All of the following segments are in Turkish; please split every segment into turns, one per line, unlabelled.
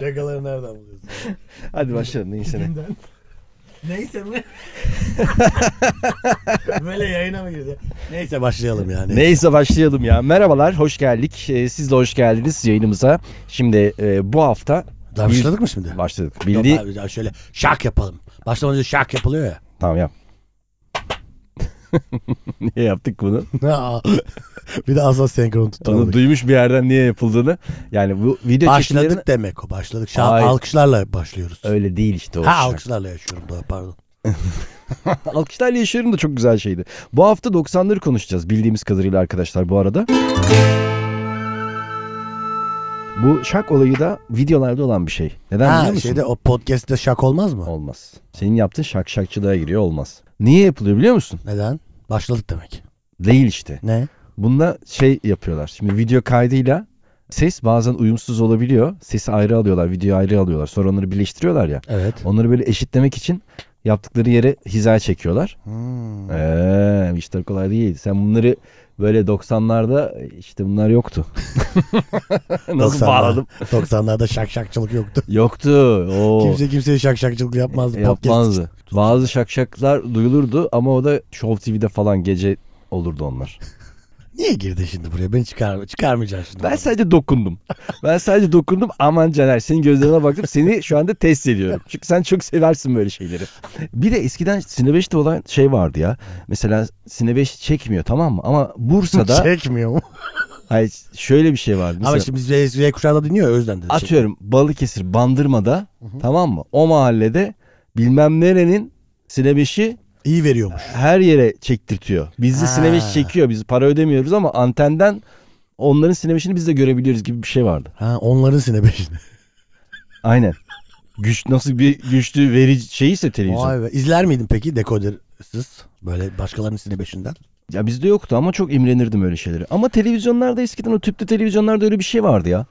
Şakaları nereden buluyorsun?
Hadi başlayalım neyse ne.
Kimden? Neyse mi? Böyle yayına mı girdi? Neyse başlayalım yani.
Neyse başlayalım ya. Merhabalar, hoş geldik. Ee, Siz de hoş geldiniz yayınımıza. Şimdi e, bu hafta
Daha başladık mı şimdi?
başladık.
Yok
Bildiği...
abi, daha şöyle şak yapalım. Başlamadan önce şak yapılıyor ya.
Tamam yap. niye yaptık bunu?
Aa, bir de asla senkron
Onu
tutamadık.
duymuş bir yerden niye yapıldığını. Yani bu video çekimlerini-
Başladık demek o. Başladık. Şu an
Hayır.
alkışlarla başlıyoruz.
Öyle değil işte o.
ha
şarkı.
alkışlarla yaşıyorum doğru pardon.
Alkışlarla yaşarım da çok güzel şeydi. Bu hafta 90'ları konuşacağız bildiğimiz kadarıyla arkadaşlar bu arada. Bu şak olayı da videolarda olan bir şey. Neden biliyor
Ha
musun?
şeyde o podcast'te şak olmaz mı?
Olmaz. Senin yaptığın şak şakçılığa giriyor olmaz. Niye yapılıyor biliyor musun?
Neden? Başladık demek.
Değil işte.
Ne?
Bunda şey yapıyorlar. Şimdi video kaydıyla ses bazen uyumsuz olabiliyor. Sesi ayrı alıyorlar, videoyu ayrı alıyorlar. Sonra onları birleştiriyorlar ya.
Evet.
Onları böyle eşitlemek için yaptıkları yere hizaya çekiyorlar.
Hmm.
Eee işler kolay değil. Sen bunları böyle 90'larda işte bunlar yoktu. Nasıl
90'lar
bağladım?
90'larda şak şakçılık yoktu.
Yoktu. Oo.
Kimse kimseye şak şakçılık yapmazdı. Podcast
E, Yapmazdı. Bazı şakşaklar duyulurdu ama o da Show TV'de falan gece olurdu onlar.
Niye girdin şimdi buraya? Beni çıkar, çıkarmayacaksın şimdi.
Ben sadece dokundum. Ben sadece dokundum. Aman Caner senin gözlerine baktım. Seni şu anda test ediyorum. Çünkü sen çok seversin böyle şeyleri. Bir de eskiden Sine 5'te olan şey vardı ya. Mesela Sine 5 çekmiyor tamam mı? Ama Bursa'da
Çekmiyor mu?
hayır, şöyle bir şey vardı. Mesela-
Ama şimdi biz Z, Z kuşağında dinliyor ya, o yüzden dedi.
Atıyorum Balıkesir Bandırma'da tamam mı? O mahallede bilmem nerenin sinebeşi
İyi veriyormuş.
her yere çektirtiyor. Bizi
Ha.
sinebeş çekiyor. Biz para ödemiyoruz ama antenden onların sinebeşini biz de görebiliyoruz gibi bir şey vardı.
Ha onların sine beşini.
Aynen. Güç nasıl bir güçlü verici şeyse televizyon.
Vay be. İzler miydin peki dekodersiz? Böyle başkalarının sine beşinden.
Ya bizde yoktu ama çok imrenirdim öyle şeyleri. Ama televizyonlarda eskiden o tüplü televizyonlarda öyle bir şey vardı ya.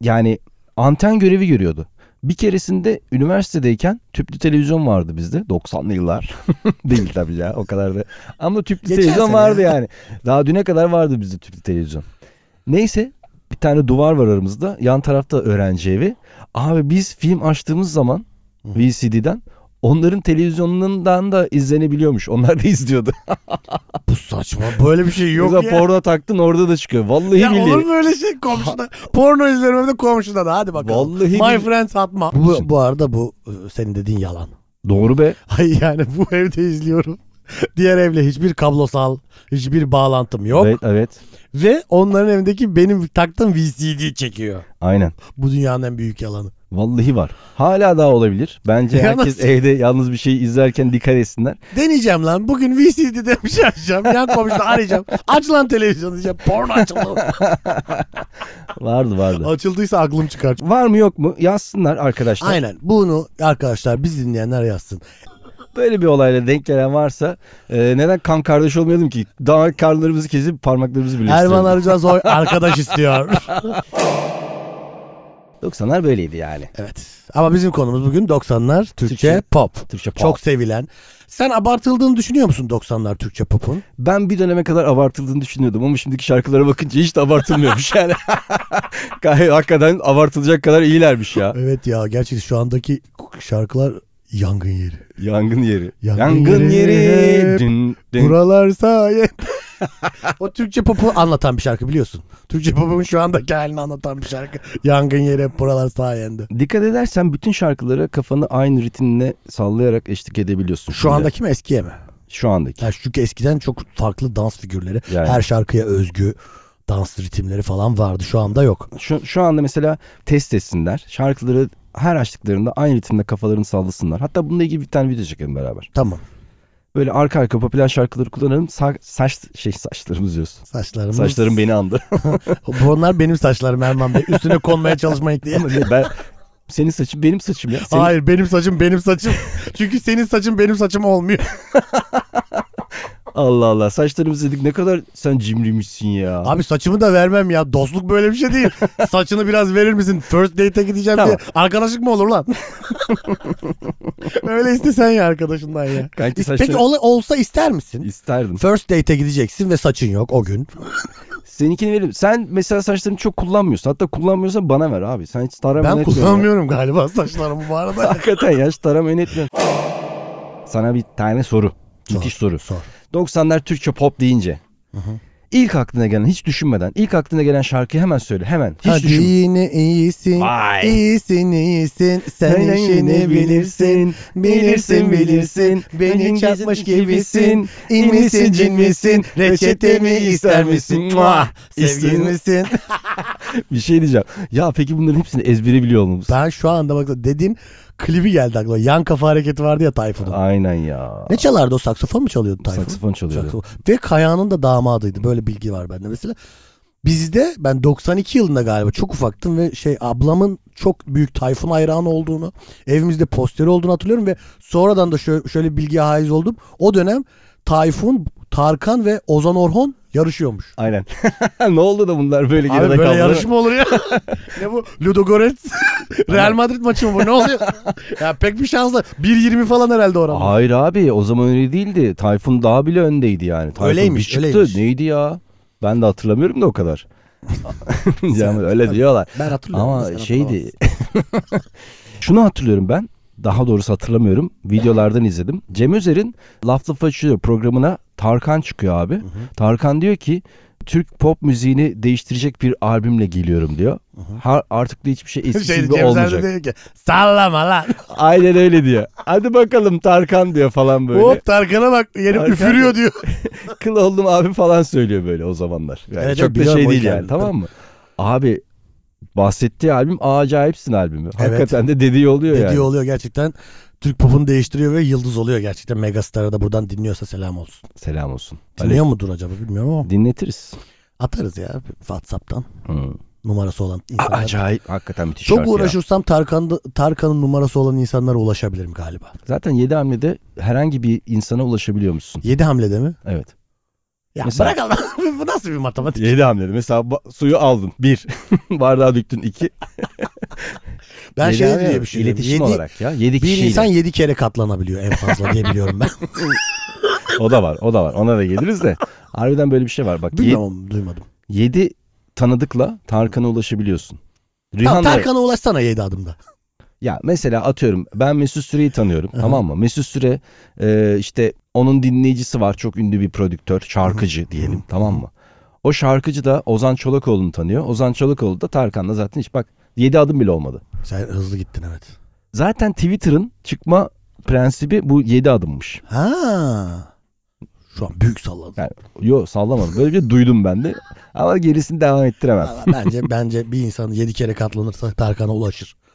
Yani anten görevi görüyordu. Bir keresinde üniversitedeyken tüplü televizyon vardı bizde 90'lı yıllar. Değil tabii ya o kadar da. Ama tüplü
Geçen
televizyon
sene
vardı
ya.
yani. Daha düne kadar vardı bizde tüplü televizyon. Neyse bir tane duvar var aramızda. Yan tarafta öğrenci evi. Abi biz film açtığımız zaman VCD'den onların televizyonundan da izlenebiliyormuş. Onlar da izliyordu.
Bu saçma. Böyle bir şey yok
Mesela
ya.
porno taktın orada da çıkıyor. Vallahi
ya
billahi.
olur mu öyle şey komşuda? Porno izlerim de komşuda da hadi bakalım.
Vallahi
My
billahi.
friend satma. Bu, bu arada bu e, senin dediğin yalan.
Doğru be.
Ay yani bu evde izliyorum. Diğer evle hiçbir kablosal, hiçbir bağlantım yok.
Evet, evet.
Ve onların evindeki benim taktığım VCD çekiyor.
Aynen.
Bu dünyanın en büyük yalanı.
Vallahi var. Hala daha olabilir. Bence
Ya
herkes
nasıl?
evde yalnız bir şey izlerken dikkat etsinler.
Deneyeceğim lan. Bugün VCD'de bir şey açacağım. Yan komşuda arayacağım. Aç lan televizyonu diyeceğim. Porno açıldı.
Vardı vardı.
Açıldıysa aklım çıkar.
Var mı yok mu? Yazsınlar arkadaşlar.
Aynen. Bunu arkadaşlar biz dinleyenler yazsın.
Böyle bir olayla denk gelen varsa e, neden kan kardeş olmayalım ki? Daha karnlarımızı kesip parmaklarımızı birleştirelim.
Erman Arıcaz o arkadaş istiyor.
90'lar böyleydi yani.
evet. Ama bizim konumuz bugün 90'lar Türkçe,
Türkçe-
pop.
Türkçe pop.
Çok sevilen. Sen abartıldığını düşünüyor musun 90'lar Türkçe pop'un?
Ben bir döneme kadar abartıldığını düşünüyordum ama şimdiki şarkılara bakınca hiç de abartılmıyormuş yani. Gayet hakikaten abartılacak kadar iyilermiş ya.
Evet ya gerçekten şu andaki şarkılar yangın yeri.
Yangın yeri.
Yangın
Yangın
yeri.
yeri. Dün, dün.
Buralar sayende. o Türkçe popu anlatan bir şarkı biliyorsun. Türkçe popun şu andaki halini anlatan bir şarkı. Yangın yeri hep buralar sayende.
Dikkat edersen bütün şarkılara kafanı aynı ritimle sallayarak eşlik edebiliyorsun.
Şu
şimdi.
andaki mi eskiye mi?
Şu andaki.
Yani çünkü eskiden çok farklı dans figürleri.
Yani.
Her şarkıya özgü dans ritimleri falan vardı. Şu anda yok.
Şu, şu anda mesela test etsinler. Şarkıları her açtıklarında aynı ritimle kafalarını sallasınlar. Hatta bununla ilgili bir tane video çekelim beraber.
Tamam.
Böyle arka arka popüler şarkıları kullanalım. Sa- saç şey saçlarımız diyorsun.
Saçlarımız.
Saçlarım beni andı.
Bunlar benim saçlarım Erman Bey. Üstüne konmaya çalışmayın diye.
Ama değil, ben senin saçın benim saçım ya. Senin-
Hayır benim saçım benim saçım. Çünkü senin saçın benim saçım olmuyor.
Allah Allah. Saçlarımızı dedik ne kadar sen cimriymişsin ya.
Abi saçımı da vermem ya. Dostluk böyle bir şey değil. Saçını biraz verir misin? First date'e gideceğim
Tamam.
diye. Arkadaşlık mı olur lan? Öyle istesen ya arkadaşından ya.
Kanki
İs-
saçları
Peki ola- olsa ister misin?
isterdim.
First date'e gideceksin ve saçın yok o gün.
Seninkini veririm. Sen mesela saçlarını çok kullanmıyorsun. Hatta kullanmıyorsan bana ver abi. Sen hiç tarama
Ben
etmiyorsun.
kullanmıyorum galiba saçlarımı bu arada.
Hakikaten ya hiç tarama etmiyorsun. Sana bir tane soru. Müthiş soru.
Sor.
90'lar Türkçe pop deyince.
hı.
İlk aklına gelen hiç düşünmeden ilk aklına gelen şarkıyı hemen söyle hemen hiç
Hadi
düşün.
yine iyisin.
Vay.
İyisin iyisin. Sen işini bilirsin. Bilirsin bilirsin. Beni çarpmış gibisin. İn misin cin misin? Reçete mi ister misin? Muah. Sevgili
İsterim.
misin?
Bir şey diyeceğim. Ya peki bunların hepsini ezbere biliyor olmamız.
Ben şu anda bak dediğim klibi geldi aklıma. Yan kafa hareketi vardı ya Tayfun'un.
Aynen ya.
Ne çalardı o saksafon mu çalıyordu Tayfun?
Saksafon çalıyordu.
Saksafon. Ve Kaya'nın da damadıydı. Böyle bilgi var bende. Mesela bizde ben 92 yılında galiba çok ufaktım ve şey ablamın çok büyük Tayfun hayranı olduğunu, evimizde posteri olduğunu hatırlıyorum ve sonradan da şöyle, şöyle bir bilgiye haiz oldum. O dönem Tayfun, Tarkan ve Ozan Orhon yarışıyormuş.
Aynen. ne oldu da bunlar böyle geride
Abi böyle
kaldı?
yarış mı olur ya? ne bu? Ludogorets Real Madrid maçı mı bu? Ne oluyor? ya pek bir şansla 1.20 falan herhalde oran.
Hayır abi o zaman öyle değildi. Tayfun daha bile öndeydi yani. Tayfun
Öyleymiş,
bir çıktı.
öyleymiş.
Neydi ya? Ben de hatırlamıyorum da o kadar. yani öyle diyorlar.
Ben hatırlıyorum.
Ama
sen
şeydi. Şunu hatırlıyorum ben. Daha doğrusu hatırlamıyorum. Videolardan izledim. Cem Özer'in Laf Lafı Açıyor programına Tarkan çıkıyor abi. Tarkan diyor ki Türk pop müziğini değiştirecek bir albümle geliyorum diyor. Ha- artık da hiçbir şey eskisi
Şey,
gibi
Cem
olmayacak.
Zerre diyor ki sallama lan.
Aynen öyle diyor. Hadi bakalım Tarkan diyor falan böyle.
Hop Tarkan'a bak yeni
Tarkan
üfürüyor diyor.
Kıl oldum abi falan söylüyor böyle o zamanlar. Yani
Evet, evet,
çok da
biliyorum
şey
o
değil
hikayeyi.
yani tamam mı? Abi bahsettiği albüm Acayipsin albümü. Hakikaten de dediği oluyor
Dediği
yani.
oluyor gerçekten. Türk popunu değiştiriyor ve yıldız oluyor gerçekten. Megastar'a da buradan dinliyorsa selam olsun.
Selam olsun.
Dinliyor mudur acaba bilmiyorum ama
Hani dinletiriz.
atarız ya Whatsapp'tan
Hı.
numarası olan
A-
insanlar.
Acayip hakikaten müthiş
Çok
şarkı ya.
uğraşırsam Tarkan'da, Tarkan'ın numarası olan insanlara ulaşabilirim galiba.
Zaten 7 hamlede herhangi bir insana ulaşabiliyor musun?
7 hamlede mi?
Evet.
Ya
Mesela-
bırak Allah. Bu nasıl bir matematik?
7 hamlede mesela ba- suyu aldın 1. Bardağı döktün 2.
Ben şey diye bir şey diyorum.
İletişim
Yedi-
olarak ya. 7
Bir
kişiyle.
insan 7 kere katlanabiliyor en fazla diye biliyorum ben.
O da var o da var. Ona da geliriz de. Harbiden böyle bir şey var. Bak ye-
Bilmiyorum oğlum, duymadım.
7 tanıdıkla Tarkan'a ulaşabiliyorsun.
Tamam,
Rihanna
Tarkan'a ulaşsana 7 adımda.
ya mesela atıyorum ben Mesut Süre'yi tanıyorum
Aha.
tamam mı? Mesut Süre e, işte onun dinleyicisi var çok ünlü bir prodüktör, şarkıcı diyelim tamam mı? O şarkıcı da Ozan Çolakoğlu'nu tanıyor. Ozan Çolakoğlu da Tarkan'la zaten hiç bak 7 adım bile olmadı.
Sen hızlı gittin evet.
Zaten Twitter'ın çıkma prensibi bu 7 adımmış.
Ha. Şu an büyük salladın.
Yani yo sallamadım. Böyle bir şey duydum ben de. Ama gerisini devam ettiremem.
Valla bence bence bir insan 7 kere katlanırsa Tarkan'a ulaşır.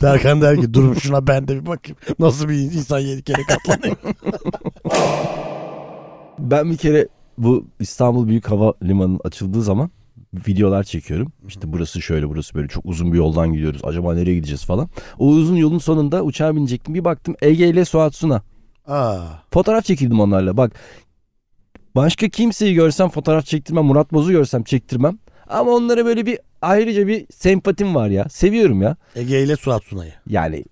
Tarkan der ki durun şuna ben de bir bakayım. Nasıl bir insan 7 kere katlanıyor.
Ben bir kere bu İstanbul Büyük Havalimanı'nın açıldığı zaman videolar çekiyorum. İşte burası şöyle burası böyle çok uzun bir yoldan gidiyoruz. Acaba nereye gideceğiz falan. O uzun yolun sonunda uçağa binecektim. Bir baktım Ege ile Suat Suna.
Aa.
Fotoğraf çekildim onlarla bak. Başka kimseyi görsem fotoğraf çektirmem. Murat Boz'u görsem çektirmem. Ama onlara böyle bir ayrıca bir sempatim var ya. Seviyorum ya.
Ege ile Suat Sunay'ı.
Yani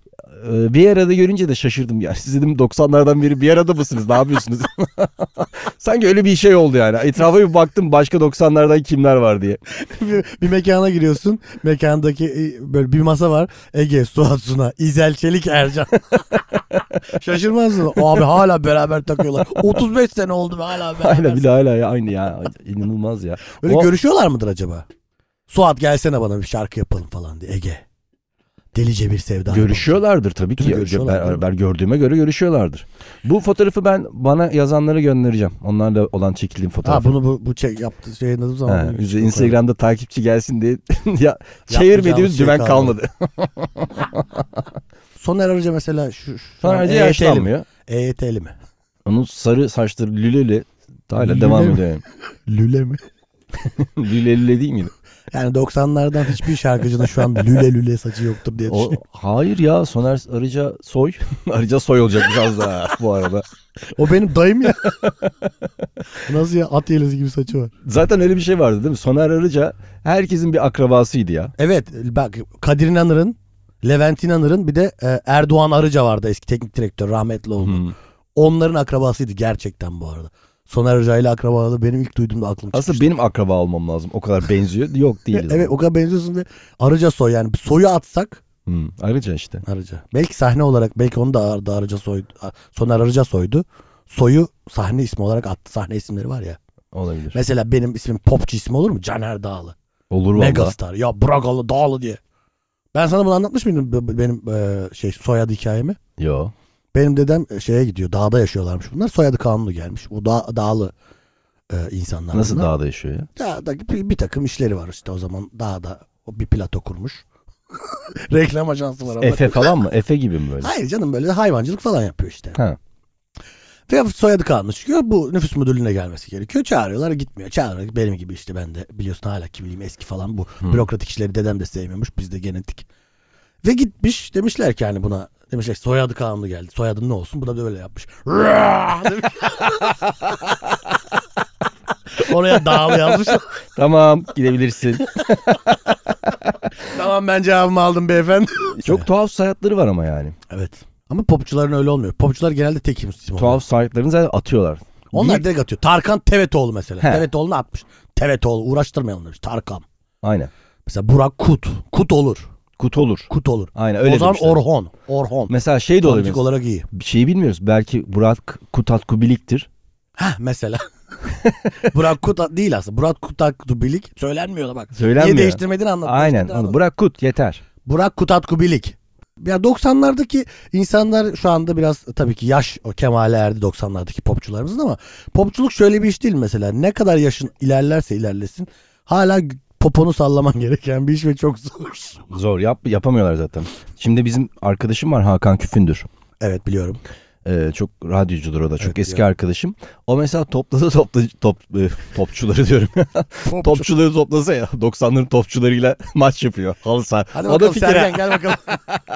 e, bir arada görünce de şaşırdım yani. Siz dedim 90'lardan beri bir arada mısınız? Ne yapıyorsunuz? Sanki öyle bir şey oldu yani. Etrafa bir baktım başka 90'lardan kimler var diye.
bir, bir mekana giriyorsun. Mekandaki e, böyle bir masa var. Ege, Suat Suna, İzel Çelik, Ercan. Şaşırmazsın. O abi hala beraber takıyorlar. 35 sene oldu ve hala beraber.
Hala bir de hala ya aynı ya. İnanılmaz ya.
Öyle
O-
görüşüyorlar mıdır acaba? Suat gelsene bana bir şarkı yapalım falan diye Ege. Delice bir sevda.
Görüşüyorlardır tabii ki.
Tabii görüşüyorlar, değil
Ben,
mi?
ben gördüğüme göre görüşüyorlardır. Bu fotoğrafı ben bana yazanlara göndereceğim. Onlarla olan çekildiğim
Ha
fotoğrafı.
bunu bu, bu şey yaptı şey yayınladığım zaman.
Ha,
bunu
bize
çok
Instagram'da takipçi gelsin diye ya çevirmediğimiz
şey
dümen
kalmadı.
kalmadı.
koyalım. Soner Arıca mesela şu, şu an
Sonra
EYT'li mi?
yaşlanmıyor.
EYT'li mi?
Onun sarı saçları lüleli hala
Lüle
devam
mi?
ediyor. yani.
Lüle mi?
Lüleli değil miydi?
Yani 90'lardan hiçbir şarkıcının şu an lüle lüle saçı yoktur diye
O,
düşünüyorum.
hayır ya Soner Arıca Soy. Arıca Soy olacak biraz daha bu arada.
O, benim dayım ya. Nasıl ya at yelesi gibi saçı var.
Zaten öyle bir şey vardı değil mi? Soner Arıca herkesin bir akrabasıydı ya.
Evet bak Kadir İnanır'ın, Levent İnanır'ın bir de e, Erdoğan Arıca vardı eski teknik direktör rahmetli oldu.
Hmm.
Onların akrabasıydı gerçekten bu arada. Soner Hoca ile akrabalığı benim ilk duyduğumda aklım
Aslında
çıkmıştı.
benim akraba olmam lazım. O kadar benziyor. Yok değil.
Evet o kadar benziyorsun ve Arıca soy yani bir soyu atsak
Hmm, Arıca işte.
Arıca. Belki sahne olarak belki onu da, Ar- da Arıca soy Soner Arıca soydu. Soyu sahne ismi olarak attı. Sahne isimleri var ya.
Olabilir.
Mesela benim ismim popçu ismi olur mu? Caner Dağlı.
Olur valla.
Megastar. Ya Bragalı Dağlı diye. Ben sana bunu anlatmış mıydım b- b- benim e, şey soyadı hikayemi?
Yo.
Benim dedem e, şeye gidiyor. Dağda yaşıyorlarmış bunlar. Soyadı kanunu gelmiş. Bu da, dağlı e, insanlar
Nasıl
bunlar.
dağda yaşıyor ya?
Dağda bir, bir takım işleri var işte o zaman dağda o bir plato kurmuş. Reklam ajansı var ama.
Efe falan mı? Efe gibi mi böyle?
Hayır canım böyle hayvancılık falan yapıyor işte.
Ha.
Ve soyadı kanunu çıkıyor. Bu nüfus müdürlüğüne gelmesi gerekiyor. Çağırıyorlar gitmiyor. Çağırıyor. Benim gibi işte ben de biliyorsun hala kimliğim eski falan bu.
Hı.
Bürokratik işleri dedem de sevmiyormuş. Biz de genetik. Ve gitmiş demişler ki hani buna demişler ki, soyadı kanunu geldi. Soyadın ne olsun? Bu da böyle yapmış. Raaah demiş. Oraya dağlı yazmış.
Tamam gidebilirsin.
tamam ben cevabımı aldım beyefendi.
Çok tuhaf sayatları var ama yani.
Evet. Ama popçuların öyle olmuyor. Popçular genelde tek isim oluyor.
Tuhaf sayatlarını zaten atıyorlar.
Onlar
Deyip-
direkt atıyor. Tarkan Tevetoğlu mesela.
He.
Tevetoğlu'nu atmış. Tevetoğlu uğraştırmayalım demiş. Tarkan.
Aynen.
Mesela Burak Kut. Kut olur.
Kut olur.
Kut olur.
Aynen öyle
o zaman
demişler.
Orhon. Orhon.
Mesela şey de olabilir.
Politik olarak iyi.
Bir şeyi bilmiyoruz. Belki Burak Kutat Kubilik'tir.
Heh mesela. Burak Kut değil aslında. Burak Kutatkubilik söylenmiyor da bak.
Söylenmiyor.
Niye değiştirmediğini anlat.
Aynen.
Değiştirdiğini
Onu
anlat.
Burak Kut yeter.
Burak Kutatkubilik. Ya 90'lardaki insanlar şu anda biraz tabii ki yaş o kemale erdi 90'lardaki popçularımızın ama popçuluk şöyle bir iş değil mesela. Ne kadar yaşın ilerlerse ilerlesin hala g- poponu sallaman gereken bir iş ve çok zor.
Zor. Yap, yapamıyorlar zaten. Şimdi bizim arkadaşım var Hakan Küfündür.
Evet biliyorum.
Ee, çok radyocudur o da. Çok
Evet,
eski
biliyorum.
arkadaşım. O mesela topladı topla, top, e, topçuları diyorum. Topçuları toplasa ya 90'ların topçularıyla maç yapıyor. Halı saha.
Hadi
O da
bakalım
fikir. ha.
Sergen gel bakalım.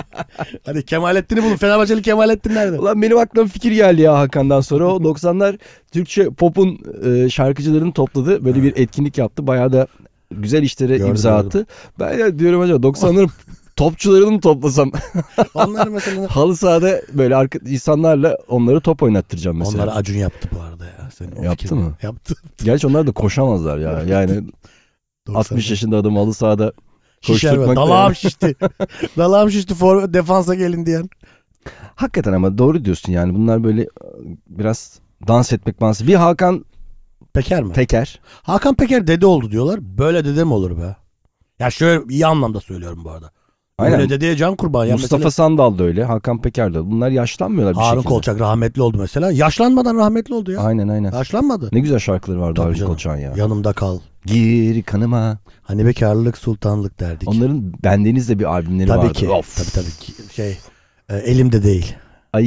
Hadi Kemalettin'i bulun. Fenerbahçeli Kemalettin nerede?
Ulan benim aklıma fikir geldi ya Hakan'dan sonra. O 90'lar Türkçe pop'un e, şarkıcılarını topladı. Böyle bir etkinlik yaptı. Bayağı da güzel işlere
Gördüm,
imza
gördüm.
attı. Ben ya diyorum acaba 90'ların topçularını mı toplasam?
Onlar mesela
Halı sahada böyle arka, insanlarla onları top oynattıracağım mesela.
Onları Acun yaptı bu arada ya. Senin o
Yaptı
fikrin-
mı?
Yaptı.
Gerçi onlar da koşamazlar ya. Yani 60 yaşında adam halı sahada
Şişer
koşturmak
böyle.
da
Dalağım
yani.
şişti. Dalağım şişti. For, defansa gelin diyen.
Hakikaten ama doğru diyorsun yani. Bunlar böyle e, biraz dans etmek mansı. Bir Hakan
Peker mi?
Teker.
Hakan Peker dede oldu diyorlar. Böyle dede mi olur be? Ya şöyle iyi anlamda söylüyorum bu arada.
Aynen.
Böyle dedeye can kurban. Ya
Mustafa
mesela
Sandal da öyle. Hakan Peker de. Bunlar yaşlanmıyorlar bir
Harun
şekilde.
Kolçak rahmetli oldu mesela. Yaşlanmadan rahmetli oldu ya.
Aynen aynen.
Yaşlanmadı.
Ne güzel şarkıları vardı
Tabii
Harun
canım.
Kolçak'ın ya.
Yanımda kal.
Gir kanıma.
Hani bekarlık sultanlık derdik.
Onların bendenizle bir albümleri
tabii
vardı.
ki.
Of.
Tabii tabii ki. Şey e, elimde değil.
Ay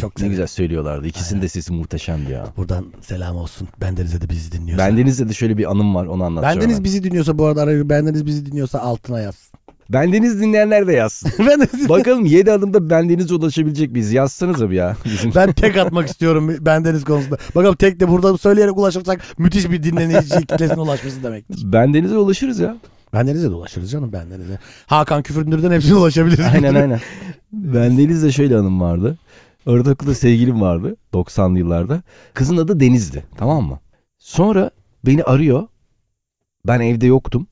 Çok
ne
severim.
güzel söylüyorlardı. İkisinin de sesi muhteşemdi ya.
Buradan selam olsun. Bendenize de bizi dinliyorsa.
Bendeniz'de de şöyle bir anım var onu anlatacağım.
Bendeniz
ben.
bizi dinliyorsa bu arada arayı bendeniz bizi dinliyorsa altına yaz.
Bendeniz dinleyenler de yazsın.
bendeniz
Bakalım 7 adımda bendenize ulaşabilecek miyiz? Yazsanıza bir ya. Bizim
ben tek atmak istiyorum bendeniz konusunda. Bakalım tek de burada söyleyerek ulaşırsak müthiş bir dinleyici kitlesine ulaşması demektir.
Bendenize ulaşırız ya.
Bendenize de ulaşırız canım bendenize. Hakan Küfüründür'den hepsine ulaşabiliriz.
Aynen aynen. Bendeniz'de şöyle anım vardı. Ortaokulda sevgilim vardı 90'lı yıllarda. Kızın adı Deniz'di tamam mı? Sonra beni arıyor. Ben evde yoktum.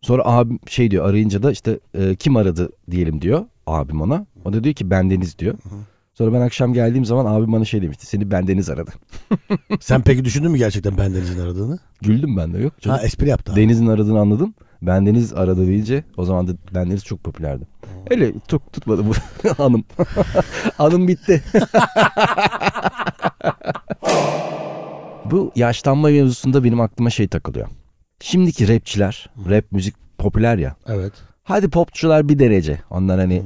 Sonra abim şey diyor arayınca da işte e, kim aradı diyelim diyor abim ona. O da diyor ki ben Deniz diyor. Sonra ben akşam geldiğim zaman abim bana şey demişti. Seni ben Deniz aradı.
Sen peki düşündün mü gerçekten bendenizin aradığını?
Güldüm ben de yok. canım.
Ha espri yaptı. abi.
Deniz'in aradığını anladım. Ben Deniz aradı deyince o zaman da ben Deniz çok popülerdi. Öyle çok tutmadı bu anım. anım bitti. bu yaşlanma mevzusunda benim aklıma şey takılıyor. Şimdiki rapçiler, rap müzik popüler ya.
Evet.
Hadi popçular bir derece. Onlar hani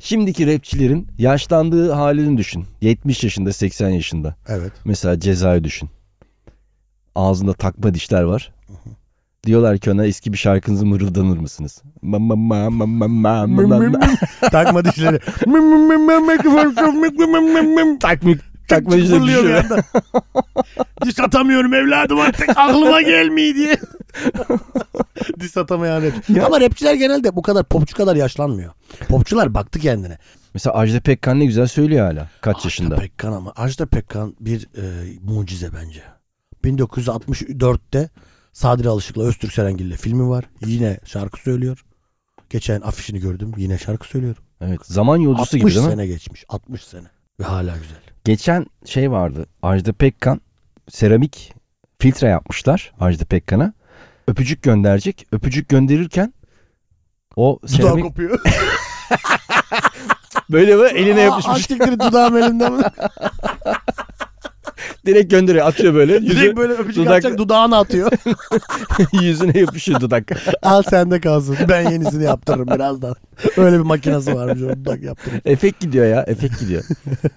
şimdiki rapçilerin yaşlandığı halini düşün. 70 yaşında, 80 yaşında.
Evet.
Mesela cezayı düşün. Ağzında takma dişler var. Diyorlar ki ona eski bir şarkınızı mırıldanır mısınız? Ma- ma- ma- ma- ma- ma- ma- ma- ma-
Takma dişleri. Takmık.
Takma dişleri
Fırlıyor bir
düşüyor.
anda. Diş atamıyorum evladım artık aklıma gelmiyor diye. Diş atamayan rap.
Ya.
Ama rapçiler genelde bu kadar popçu kadar yaşlanmıyor. Popçular baktı kendine.
Mesela Ajda Pekkan ne güzel söylüyor hala. Kaç yaşında?
Ajda Pekkan ama Ajda Pekkan bir e, mucize bence. 1964'te Sadri Alışık'la Öztürk Serengil'le filmi var. Yine şarkı söylüyor. Geçen afişini gördüm. Yine şarkı söylüyor.
Evet. Zaman yolcusu
60
gibi değil mi?
sene geçmiş. 60 sene. Ve hala güzel.
Geçen şey vardı. Ajda Pekkan seramik filtre yapmışlar Ajda Pekkan'a. Öpücük gönderecek. Öpücük gönderirken o
Dudağı
seramik
kopuyor.
böyle böyle eline
Aa,
yapışmış.
siktir dudağım elimden.
Direkt gönderiyor. Atıyor böyle. Yüzü,
Direkt böyle öpücük
dudak-
atacak dudağına atıyor.
yüzüne yapışıyor dudak.
Al sende kalsın. Ben yenisini yaptırırım birazdan. Öyle bir makinesi varmış. o Dudak yaptırır.
Efekt gidiyor ya. Efekt gidiyor.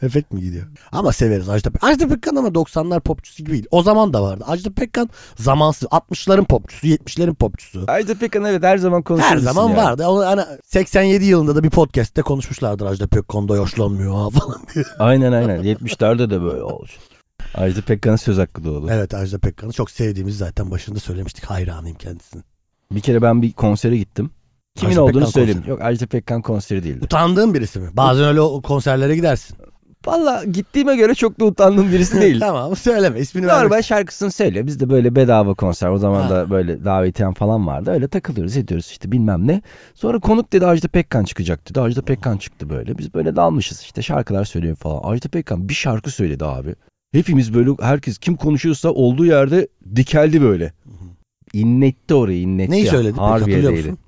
Efekt mi gidiyor? Ama severiz Ajda Pekkan. Ajda Pekkan ama 90'lar popçusu gibi değil. O zaman da vardı. Ajda Pekkan zamansız. 60'ların popçusu, 70'lerin popçusu.
Ajda Pekkan evet her zaman konuşuruz.
Her zaman vardı. Onu hani 87 yılında da bir podcast'te konuşmuşlardır Ajda Pekkan da yaşlanmıyor ha falan diye.
Aynen aynen. 70'lerde de böyle olsun. Ajda Pekkan'ın söz hakkı doğdu.
Evet Ajda Pekkan'ı çok sevdiğimiz zaten başında söylemiştik. Hayranıyım kendisine.
Bir kere ben bir konsere gittim. Kimin
Ajda
olduğunu
Pekkan
söyleyeyim.
konseri.
Yok Ajda Pekkan konseri değildi.
Utandığın birisi mi? Bazen öyle o konserlere gidersin.
Valla gittiğime göre çok da utandığım birisi değil.
tamam söyleme ismini verme.
Normal şarkısını söylüyor. Biz de böyle bedava konser. O zaman
Ha.
da böyle davetiyen falan vardı. Öyle takılıyoruz ediyoruz işte bilmem ne. Sonra konuk dedi Ajda Pekkan çıkacak dedi. Ajda Pekkan çıktı böyle. Biz böyle dalmışız işte şarkılar söylüyor falan. Ajda Pekkan bir şarkı söyledi abi. Hepimiz böyle herkes kim konuşuyorsa olduğu yerde dikeldi böyle. İnletti orayı inletti.
Neyi söyledi peki,
Harbiye
hatırlıyor
değeri.
musun?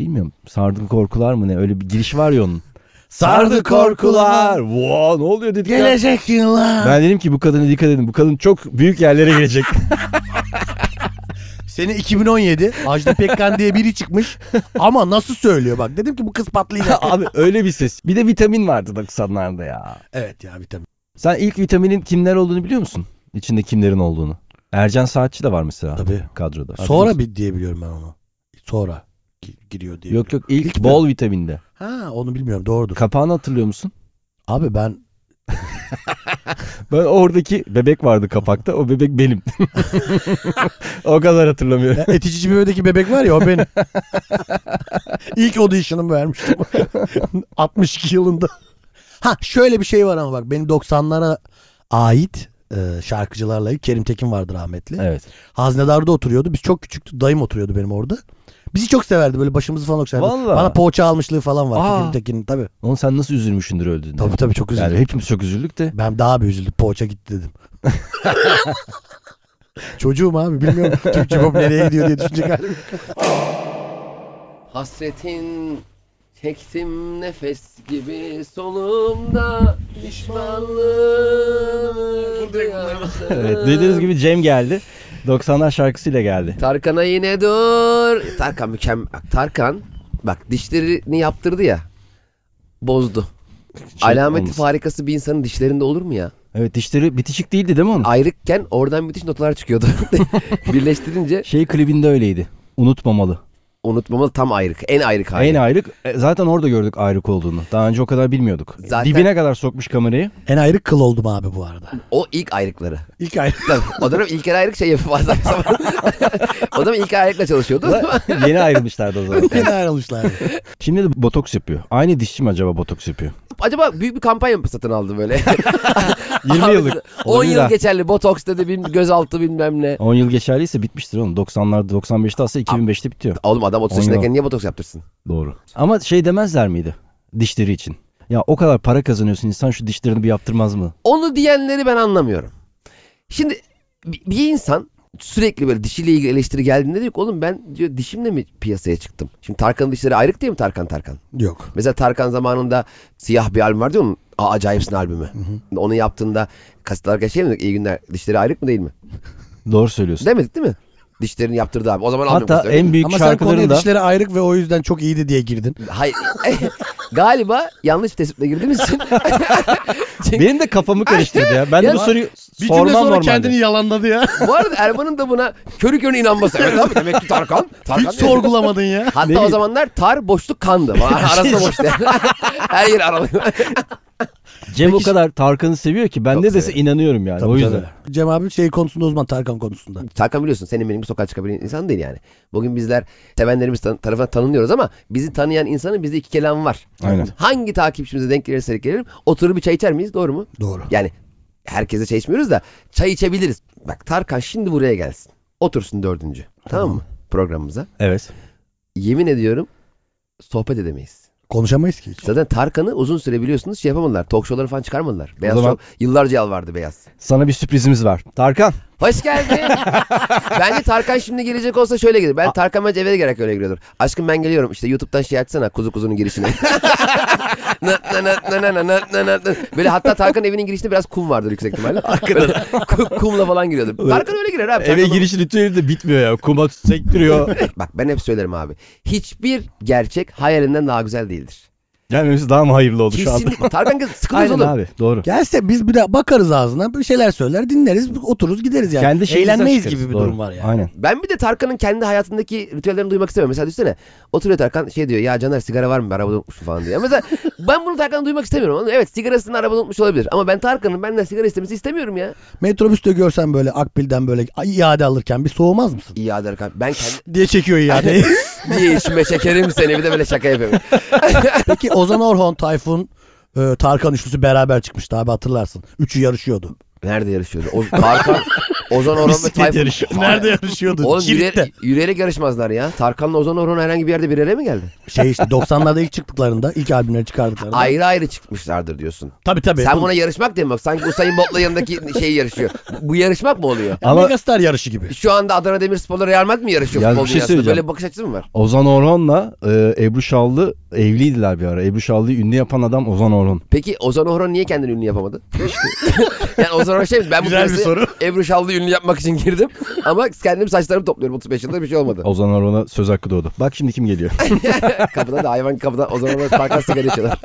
Bilmiyorum sardım korkular mı ne öyle bir giriş var ya onun.
Sardı korkular.
Wow, ne oluyor dedik ya.
Gelecek yıllar.
Ben dedim ki bu kadına dikkat edin. Bu kadın çok büyük yerlere gelecek.
Sene 2017. Ajda Pekkan diye biri çıkmış. Ama nasıl söylüyor bak. Dedim ki bu kız patlayacak.
Abi öyle bir ses. Bir de vitamin vardı 90'larda ya.
evet ya vitamin.
Sen ilk vitaminin kimler olduğunu biliyor musun? İçinde kimlerin olduğunu. Ercan Saatçi de var mesela
Tabii.
kadroda.
Sonra bir diyebiliyorum ben onu. Sonra gi- giriyor diye.
Yok yok ilk,
İlk mi?
bol vitaminde.
Ha onu bilmiyorum doğrudur.
Kapağını hatırlıyor musun?
Abi ben
Ben oradaki bebek vardı kapakta. O bebek benim. o kadar hatırlamıyorum.
Ya E, Etici bebedeki bebek var ya o benim. İlk audition'ımı vermiştim. 62 yılında. Ha şöyle bir şey var ama bak benim 90'lara ait e, şarkıcılarla ilgili Kerim Tekin vardı rahmetli.
Evet.
Haznedar'da oturuyordu. Biz çok küçüktü. Dayım oturuyordu benim orada. Bizi çok severdi böyle başımızı falan okşardı.
Vallahi.
Bana poğaça almışlığı falan var.
Aa.
Kerim Tekin'in tabii.
Oğlum sen nasıl üzülmüşsündür öldüğünde.
Tabii tabii çok üzüldüm.
Yani hepimiz çok üzüldük de.
Ben daha bir üzüldüm. Poğaça gitti dedim. Çocuğum abi bilmiyorum Türkçe pop nereye gidiyor diye düşünecek halim. yok.
Hasretin çektim nefes gibi solumda pişmanlığını duyarsın.
Evet, duyduğunuz gibi Cem geldi. 90'lar şarkısıyla geldi.
Tarkan'a yine dur. Tarkan mükemmel. Bak, Tarkan bak dişlerini yaptırdı ya. Bozdu.
Şey
Alameti
olmasın.
farikası bir insanın dişlerinde olur mu ya?
Evet dişleri bitişik değildi değil mi onun?
Ayrıkken oradan müthiş notalar çıkıyordu. Birleştirince
Şey klibinde öyleydi. Unutmamalı.
unutmamalı tam ayrık. En ayrık hali.
En ayrık. e, Zaten orada gördük ayrık olduğunu. Daha önce o kadar bilmiyorduk.
Zaten-
Dibine kadar sokmuş kamerayı.
En ayrı kıl oldum abi bu arada.
O ilk ayrıkları.
İlk ayrı.
Tabii, o dönem İlker Ayrık şey yapıyor bazen. o zaman İlker Ayrık'la çalışıyordu.
Yeni ayrılmışlardı o zaman.
Yeni ayrılmışlar.
Şimdi de botoks yapıyor. Aynı dişçi mi acaba botoks yapıyor?
Acaba büyük bir kampanya mı satın aldı böyle?
20 yıllık.
10
Olabilir
yıl
ha.
geçerli botoks dedi bilmem, gözaltı bilmem ne.
10 yıl geçerliyse bitmiştir oğlum. 90'larda 95'te aslında 2005'te bitiyor.
Oğlum adam 30
On yıl.
yaşındayken niye botoks yaptırsın?
Doğru. Ama şey demezler miydi? Dişleri için. Ya o kadar para kazanıyorsun insan şu dişlerini bir yaptırmaz mı?
Onu diyenleri ben anlamıyorum. Şimdi bi- bir insan sürekli böyle dişiyle ilgili eleştiri geldiğinde diyor ki oğlum ben diyor dişimle mi piyasaya çıktım? Şimdi Tarkan'ın dişleri ayrık diye mi Tarkan Tarkan?
Yok.
Mesela Tarkan zamanında siyah bir albüm vardı ya onun A- Acayipsin albümü. Onu yaptığında kaset arkadaş şey mi dedik? İyi günler dişleri ayrık mı değil mi?
Doğru söylüyorsun.
Demedik değil mi? Dişlerini yaptırdı abi. O zaman aldım
Hatta
kasetleri.
en büyük
Ama sen konuya
şarkılarında
dişleri ayrık ve o yüzden çok iyiydi diye girdin.
Hayır. Galiba yanlış tespitle girdiniz. Çünkü
benim de kafamı karıştırdı ya. Ben de
Ya-
bu soruyu
Bir
Sormam
cümle sonra
normalde.
kendini yalanladı ya.
Bu arada Erman'ın da buna körü körüne inanması. Evet abi demek ki Tarkan. Tarkan
Hiç
demek.
sorgulamadın ya.
Hatta
Ne-
o zamanlar tar boşluk kandı. Arasında boş değil. Her yer aralık.
Cem o kadar Tarkan'ı seviyor ki ben
Çok
ne dese
severim.
inanıyorum yani. o yüzden.
Cem abi şey konusunda uzman Tarkan konusunda.
Tarkan biliyorsun senin benim gibi sokağa çıkabilen insan değil yani. Bugün bizler sevenlerimiz tan- tarafından tanınıyoruz ama bizi tanıyan insanın bizde iki kelam var.
Aynen.
Hangi takipçimize denk gelirsek gelelim oturup bir çay içer miyiz doğru mu?
Doğru.
Yani herkese çay içmiyoruz da çay içebiliriz. Bak Tarkan şimdi buraya gelsin. Otursun dördüncü. Tamam mı? Programımıza.
Evet.
Yemin ediyorum sohbet edemeyiz.
Konuşamayız ki hiç.
Zaten Tarkan'ı uzun süre biliyorsunuz şey yapamadılar. Talk show'ları falan çıkarmadılar. Beyaz
zaman-
Show yıllarca yalvardı Beyaz.
Sana bir sürprizimiz var. Tarkan.
Hoş geldin. Bence Tarkan şimdi gelecek olsa şöyle gelir. Ben Tarkan bence eve de gerek öyle giriyordur. Aşkım ben geliyorum. İşte YouTube'dan şey açsana kuzu kuzunun girişini. Na, na, na, na, na, na, na, na, na. Böyle hatta Tarkan evinin girişinde biraz kum vardır yüksek ihtimalle. Böyle ku- kumla falan giriyordur. Tarkan öyle girer abi.
Eve
Tarkan-
giriş ritüeli de bitmiyor ya. Kuma sektiriyor.
Bak ben hep söylerim abi. Hiçbir gerçek hayalinden daha güzel değildir.
Gelmemesi daha mı hayırlı oldu şu anda?
Kesinlikle. Tarkan kız sıkılırız
Aynen
oğlum.
abi doğru.
Gelse biz bir de bakarız ağzına bir şeyler söyler dinleriz otururuz gideriz yani.
Kendi şeyimizden
Eğlenmeyiz
çıkarız,
gibi bir
doğru.
durum var yani.
Aynen.
Ben bir de Tarkan'ın kendi hayatındaki ritüellerini duymak istemiyorum. Mesela düşünsene oturuyor Tarkan şey diyor ya Caner sigara var mı ben arabada unutmuşum falan diyor. Mesela ben bunu Tarkan'dan duymak istemiyorum. Anladın mı? Evet sigarasını arabada unutmuş olabilir ama ben Tarkan'ın benden sigara istemesi istemiyorum ya.
Metrobüste görsen böyle Akbil'den böyle iade alırken bir soğumaz mısın?
İyi hadi Tarkan ben kendi
diye çekiyor iadeyi.
niye içime şekerim seni bir de böyle şaka yapıyorum.
Peki Ozan Orhon, Tayfun, e, Tarkan üçlüsü beraber çıkmıştı abi hatırlarsın. Üçü yarışıyordu.
Nerede yarışıyordu? O, Tarkan, Ozan Orhan ve Tayfun.
Nerede yarışıyordu?
Oğlum
Kilit'te.
yürüyerek, yürüyerek yarışmazlar ya. Tarkan'la Ozan Orhan herhangi bir yerde bir yere mi geldi?
Şey işte 90'larda ilk çıktıklarında, ilk albümleri çıkardıklarında.
Ayrı ayrı çıkmışlardır diyorsun.
Tabii tabii.
Sen
Bu-
buna yarışmak demek. Sanki Usain Bolt'la yanındaki şey yarışıyor. Bu yarışmak mı oluyor?
Ya
Ama-
Megastar yarışı gibi.
Şu anda Adana Demirspor'la Real Madrid mi yarışıyor
Ya
futbol
bir şey
dünyasında?
söyleyeceğim.
Böyle bir bakış açısı mı var?
Ozan Orhon'la e, Ebru Şallı evliydiler bir ara. Ebru Şallı'yı ünlü yapan adam Ozan Orhon.
Peki Ozan Orhan niye kendini ünlü yapamadı? yani Ozan Orhan şey mi? Ben bu
Güzel bir soru.
piyasaya Ebru Şallı ünlü yapmak için girdim. Ama kendim saçlarımı topluyorum 35 yılda bir şey olmadı.
Ozan Orhon'a söz hakkı doğdu. Bak şimdi kim geliyor.
kapıda da hayvan kapıda Ozan Orhan parkan sigara içiyorlar.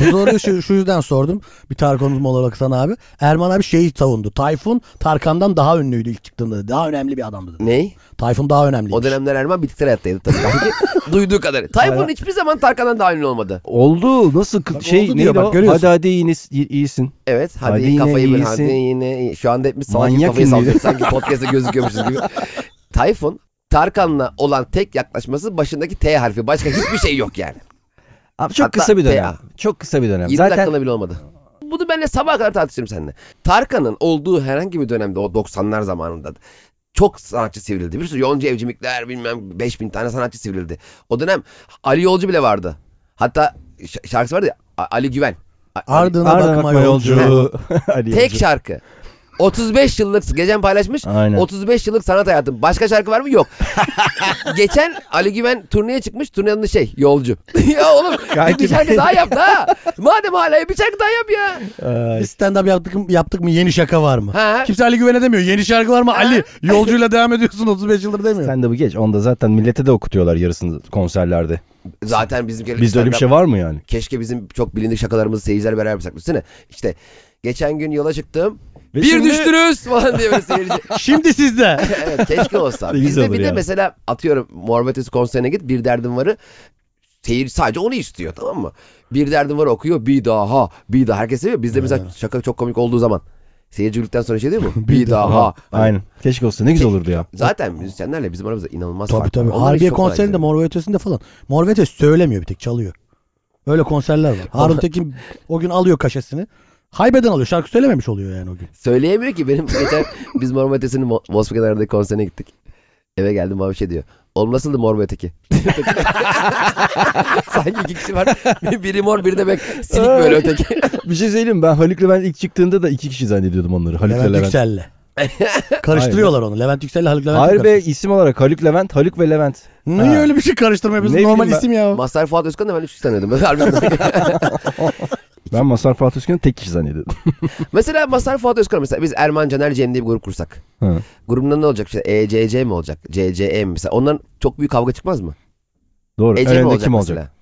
Bu soruyu şu, şu yüzden sordum. Bir Tarkan uzmanı olarak sana abi. Erman abi şeyi savundu. Tayfun Tarkan'dan daha ünlüydü ilk çıktığında. dedi. Daha önemli bir adamdı. dedi.
Ney?
Tayfun daha önemliydi.
O dönemler Erman bitkisel hayattaydı tabii. Belki duyduğu kadarı. Tayfun
Hayvan.
hiçbir zaman Tarkan'dan daha ünlü olmadı.
Oldu. Nasıl kı-
Bak
şey
oldu diyor,
neydi
bak
o?
görüyorsun.
Hadi hadi iyiniz- iyi- iyisin.
Evet hadi,
Hadi yine
kafayı bil
iyisin.
hadi yine. Şu anda hepimiz salak gibi
Manyak
kafayı
ünlü.
sallıyoruz. Sanki podcast'te gözüküyormuşuz gibi. Tayfun Tarkan'la olan tek yaklaşması başındaki T harfi. Başka hiçbir şey yok yani.
Abi çok
Hatta
kısa bir dönem.
TA.
Çok kısa bir dönem.
20
Zaten
dakikada bile olmadı. Bunu benle sabah kadar tartışırım seninle. Tarkan'ın olduğu herhangi bir dönemde o 90'lar zamanında çok sanatçı sivrildi. Bir sürü Yonca Evcimikler bilmem 5000 tane sanatçı sivrildi. O dönem Ali Yolcu bile vardı. Hatta ş- şarkısı vardı ya A- Ali Güven. A- Ali-
Ardına
Arda
bakma
bakma
yolcu.
yolcu. Ali
Tek
Yolcu.
şarkı. 35 yıllık geçen paylaşmış.
Aynen.
35 yıllık sanat hayatım. Başka şarkı var mı? Yok. geçen Ali Güven turneye çıkmış. Turnenin adı şey yolcu. ya oğlum
Kanki-
bir şarkı daha yap da. Madem hala bir şarkı daha yap ya.
Ay.
Biz stand-up yaptık, mı- yaptık mı yeni şaka var mı?
Ha?
Kimse Ali Güven'e demiyor. Yeni şarkı var mı? Ali yolcuyla devam ediyorsun 35 yıldır demiyor.
Sen de bu geç. Onda zaten millete de okutuyorlar yarısını konserlerde.
Zaten bizim
Bizde öyle bir şey var mı yani?
Keşke bizim çok bilindik şakalarımızı seyirciler beraber yapsak. Düşünsene işte geçen gün yola çıktım.
Ve
bir
şimdi-
düştünüz falan diye böyle seyirci.
Şimdi sizde.
evet keşke olsa.
Ne güzel
Bizde bir
olur
de
ya.
mesela atıyorum Mor ve Ötesi konserine git bir derdim varı seyir sadece onu istiyor tamam mı? Bir derdim var okuyor bir daha bir daha herkes seviyor. Bizde mesela şaka çok komik olduğu zaman seyirci güldükten sonra şey diyor mu? bir, daha.
Aynen. Keşke olsa ne güzel olurdu ya.
Zaten müzisyenlerle bizim aramızda inanılmaz
tabii
fark var.
tabii.
Onlar
Harbiye
hiç çok kolay
konserinde
değil.
Mor ve Ötesi'nde falan. Mor ve Ötesi söylemiyor bir tek çalıyor. Öyle konserler var. Harun Tekin o gün alıyor kaşesini. Haybeden alıyor. Şarkı söylememiş oluyor yani o gün.
Söyleyemiyor ki benim geçen biz Mor ve Ötesi'nin Mo- Mosfik kenarındaki konserine gittik. Eve geldim abi şey diyor. Oğlum nasıldı mor ve öteki? Sanki iki kişi var. Biri mor biri de bek. Silik böyle öteki.
bir şey söyleyeyim mi? ben Haluk Levent ilk çıktığında da iki kişi zannediyordum onları. Haluk
Levent
ve Levent.
Yüksel'le. Karıştırıyorlar onu. Levent Yüksel'le Haluk Levent.
Hayır be isim olarak Haluk Levent, Haluk ve Levent.
Niye
Ha.
öyle bir şey karıştırma yapıyorsun?
Ne
Normal
bileyim ben.
isim ya o.
Mazhar Fuat Özkan da ben üç kişi sanıyordum. Harbiden.
Ben Masar Fuat Özkan'ı tek kişi zannediyordum.
mesela Mazhar Fuat Özkan mesela biz Erman Caner Cem diye bir grup kursak.
Ha.
Grubunda ne olacak? İşte ECC mi olacak? CCE mi? Mesela onların çok büyük kavga çıkmaz mı?
Doğru.
Ece mi
Önemli
olacak
kim
mesela? E
olacak?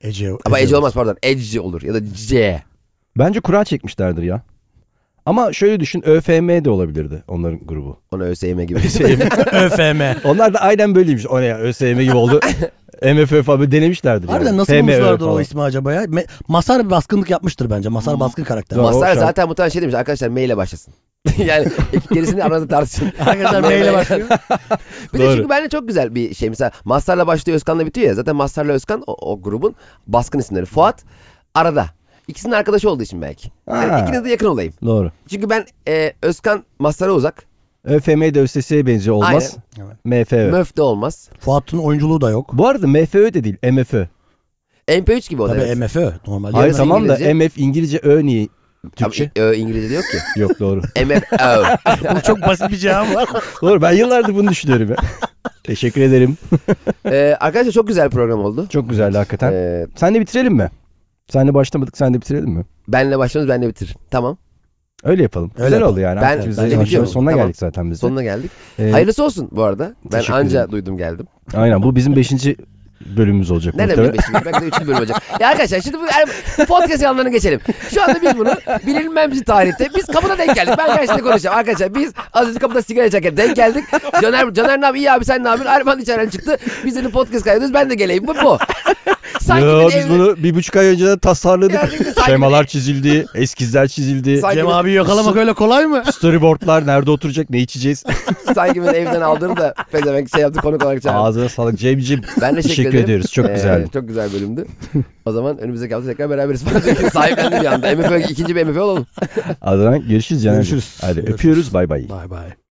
Ece, E
Ama Ece olmaz pardon. Ece olur ya da C.
Bence kura çekmişlerdir ya. Ama şöyle düşün ÖFM de olabilirdi onların grubu.
Ona ÖSYM gibi.
ÖFM.
Onlar da aynen böyleymiş. O ne ya ÖSYM gibi oldu. MFÖ falan denemişlerdir.
Harbiden
yani.
nasıl
FMÖ
bulmuşlardır o
falan.
ismi acaba ya? Me- Masar bir baskınlık yapmıştır bence. Masar baskın karakter.
Doğru.
Masar
Şu an-
zaten muhtemelen şey demiş arkadaşlar maille başlasın. yani gerisini aranızda tartışın.
Arkadaşlar maile başlıyor.
Bir de
Doğru.
çünkü bence çok güzel bir şey. Mesela Mazhar'la başlıyor Özkan'la bitiyor ya. Zaten Mazhar'la Özkan o, o grubun baskın isimleri. Fuat arada. İkisinin arkadaşı olduğu için belki. Yani
Ha.
Hani ikinize de yakın olayım.
Doğru.
Çünkü ben e, Özkan Mazhar'a uzak.
ÖFM de ÖSS'ye benziyor olmaz. MFÖ.
Möf de olmaz.
Fuat'ın oyunculuğu da yok.
Bu arada MFÖ de değil MFÖ.
MP3 gibi o da.
Tabii
evet.
MFÖ normal.
Hayır
Yani-
tamam
İngilizce.
da MF İngilizce Ö niye Türkçe?
Ama, e, İngilizce yok ki.
Yok doğru.
MFO.
Bu çok basit bir cevap var.
doğru ben yıllardır bunu düşünüyorum ya. Teşekkür ederim.
E, arkadaşlar çok güzel program oldu.
Çok güzeldi hakikaten.
E,
Senle bitirelim mi? Senle başlamadık senle bitirelim mi?
benle başlamanız benle bitir. Tamam.
Öyle yapalım.
Öyle
Güzel
yapalım.
oldu yani.
Ben-
Artık biz de
bence
yavaş
bitiyorum.
yavaş sonuna
Tamam.
geldik zaten biz de.
Sonuna geldik.
Ee,
Hayırlısı olsun bu arada. Ben
Teşekkür
anca
ederim.
duydum geldim.
Aynen bu bizim 5. bölümümüz olacak.
Nereden
muhtemelen.
bileyim şimdi? Belki de üçüncü bölüm olacak. Ya arkadaşlar şimdi bu yani podcast yanlarına geçelim. Şu anda biz bunu bilinmem bir tarihte biz kapıda denk geldik. Ben karşıda konuşacağım. Arkadaşlar biz az önce kapıda sigara içerken denk geldik. Caner, Caner ne abi iyi abi sen ne yapıyorsun? Erman içeriden çıktı. Biz de podcast kaydediyoruz. Ben de geleyim. Bu bu. Sanki
Yo,
bir
biz
evli-
bunu bir buçuk ay önceden tasarladık.
Gerçekten sanki-
Şemalar çizildi, eskizler çizildi.
Sanki-
Cem abi yakalamak öyle kolay mı?
Storyboardlar nerede oturacak, ne içeceğiz?
Sanki beni evden aldığını da pezevenk şey yaptı konuk olarak çağırdı.
Ağzına sağlık Cem'ciğim.
Ben de
teşekkür,
ederim.
ediyoruz. Çok
Ee,
güzeldi.
Çok güzel bölümdü. O zaman önümüzdeki hafta tekrar beraberiz. Sahiplendim bir anda. MFÖ, ikinci bir MFÖ olalım.
Adana görüşürüz canım.
Görüşürüz.
Hadi
Görüşürüz.
öpüyoruz. Bay bay.
Bay bay.